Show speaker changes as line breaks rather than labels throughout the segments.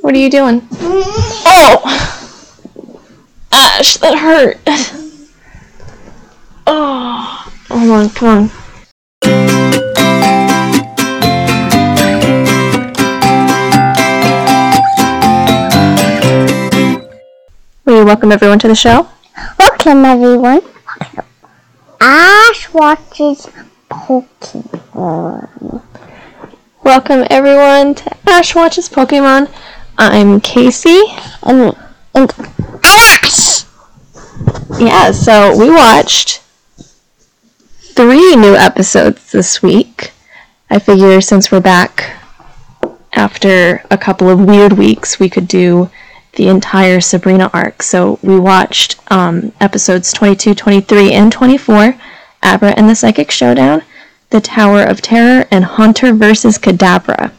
What are you doing? Oh! Ash, that hurt. Oh, hold on, come on. Will you welcome everyone to the show?
Welcome everyone. Ash watches Pokemon.
Welcome everyone to Ash Watches Pokemon. I'm Casey.
And, and Ash!
Yeah, so we watched three new episodes this week. I figure since we're back after a couple of weird weeks, we could do the entire Sabrina arc. So we watched um, episodes 22, 23, and 24 Abra and the Psychic Showdown, The Tower of Terror, and Haunter versus Kadabra.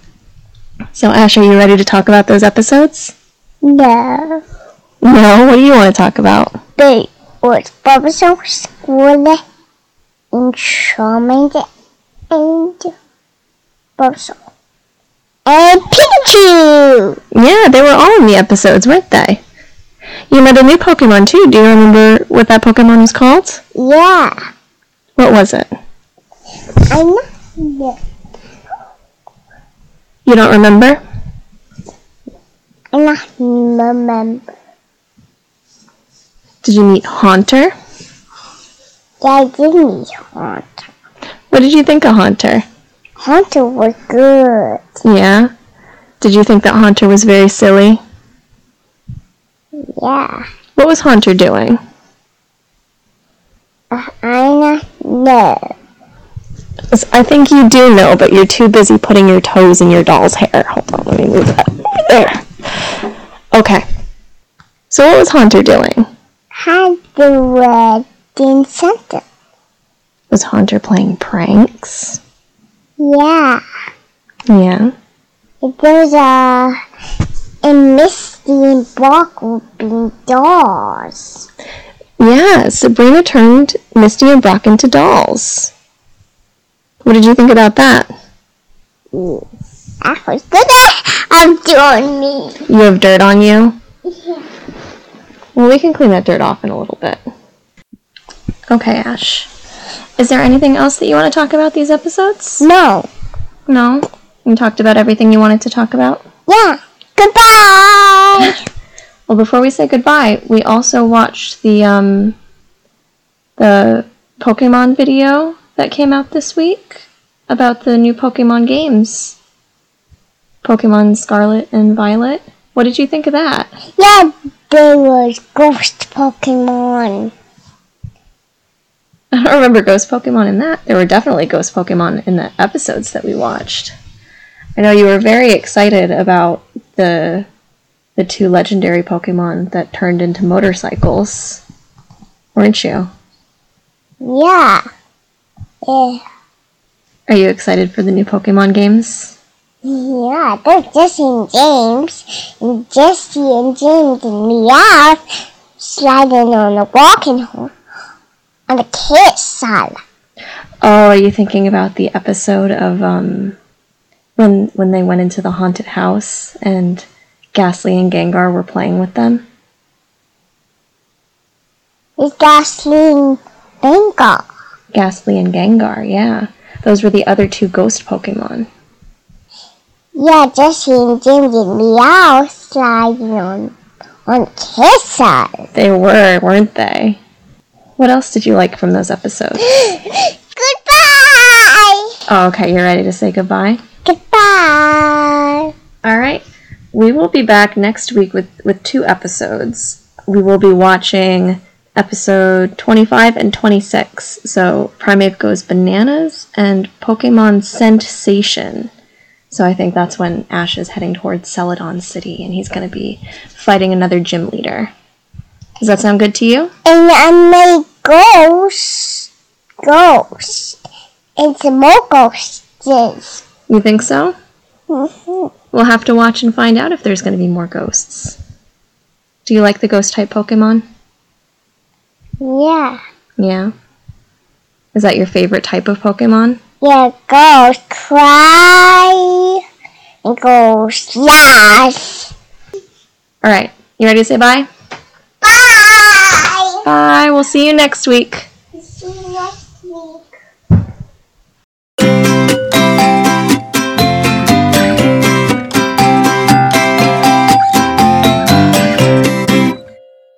So, Ash, are you ready to talk about those episodes?
No.
No, what do you want to talk about?
They was Bulbasaur, Squirtle, and Charmander, and Bulbasaur. And Pikachu!
Yeah, they were all in the episodes, weren't they? You met a new Pokemon too. Do you remember what that Pokemon was called?
Yeah.
What was it?
I know. Yeah.
You don't remember?
I not remember.
Did you meet Haunter?
I didn't eat Hunter.
What did you think of Haunter?
Hunter was good.
Yeah. Did you think that Haunter was very silly?
Yeah.
What was Haunter doing?
Uh, I not know.
'Cause I think you do know, but you're too busy putting your toes in your doll's hair. Hold on, let me move that. There. Okay. So what was Haunter doing?
Had the wedding center.
Was Haunter playing pranks?
Yeah.
Yeah.
If There's a and Misty and Barker being dolls.
Yeah, Sabrina turned Misty and Brock into dolls. What did you think about that?
That was good. I'm doing me.
You have dirt on you? Well, we can clean that dirt off in a little bit. Okay, Ash. Is there anything else that you want to talk about these episodes?
No.
No? You talked about everything you wanted to talk about?
Yeah. Goodbye.
Well, before we say goodbye, we also watched the um, the Pokemon video that came out this week about the new Pokemon games, Pokemon Scarlet and Violet. What did you think of that?
yeah, there was ghost Pokemon.
I don't remember ghost Pokemon in that. There were definitely ghost Pokemon in the episodes that we watched. I know you were very excited about the the two legendary Pokemon that turned into motorcycles, weren't you?
Yeah. Eh, Yeah.
Are you excited for the new Pokemon games?
Yeah, there's Jesse and James, and Jesse and James and Meowth sliding on the walking hole on the kids' side.
Oh, are you thinking about the episode of um when when they went into the haunted house and Ghastly and Gengar were playing with them?
It's Gasoline Bingo.
Ghastly and Gengar, yeah. Those were the other two ghost Pokemon.
Yeah, Jesse and James and Meowth sliding on on the kids' side.
They were, weren't they? What else did you like from those episodes?
Goodbye!
Oh, okay, you're ready to say goodbye?
Goodbye!
All right. We will be back next week with, with two episodes. We will be watching episode 25 and 26. So, Primate Goes Bananas and Pokemon Sensation. So, I think that's when Ash is heading towards Celadon City and he's going to be fighting another gym leader. Does that sound good to you?
And I made ghosts. Ghosts. And some more ghosts.
You think so?
hmm
We'll have to watch and find out if there's going to be more ghosts. Do you like the ghost type Pokemon?
Yeah.
Yeah. Is that your favorite type of Pokemon?
Yeah, ghosts cry. And ghosts laugh.
All right. You ready to say bye?
Bye!
Bye. We'll see you next week.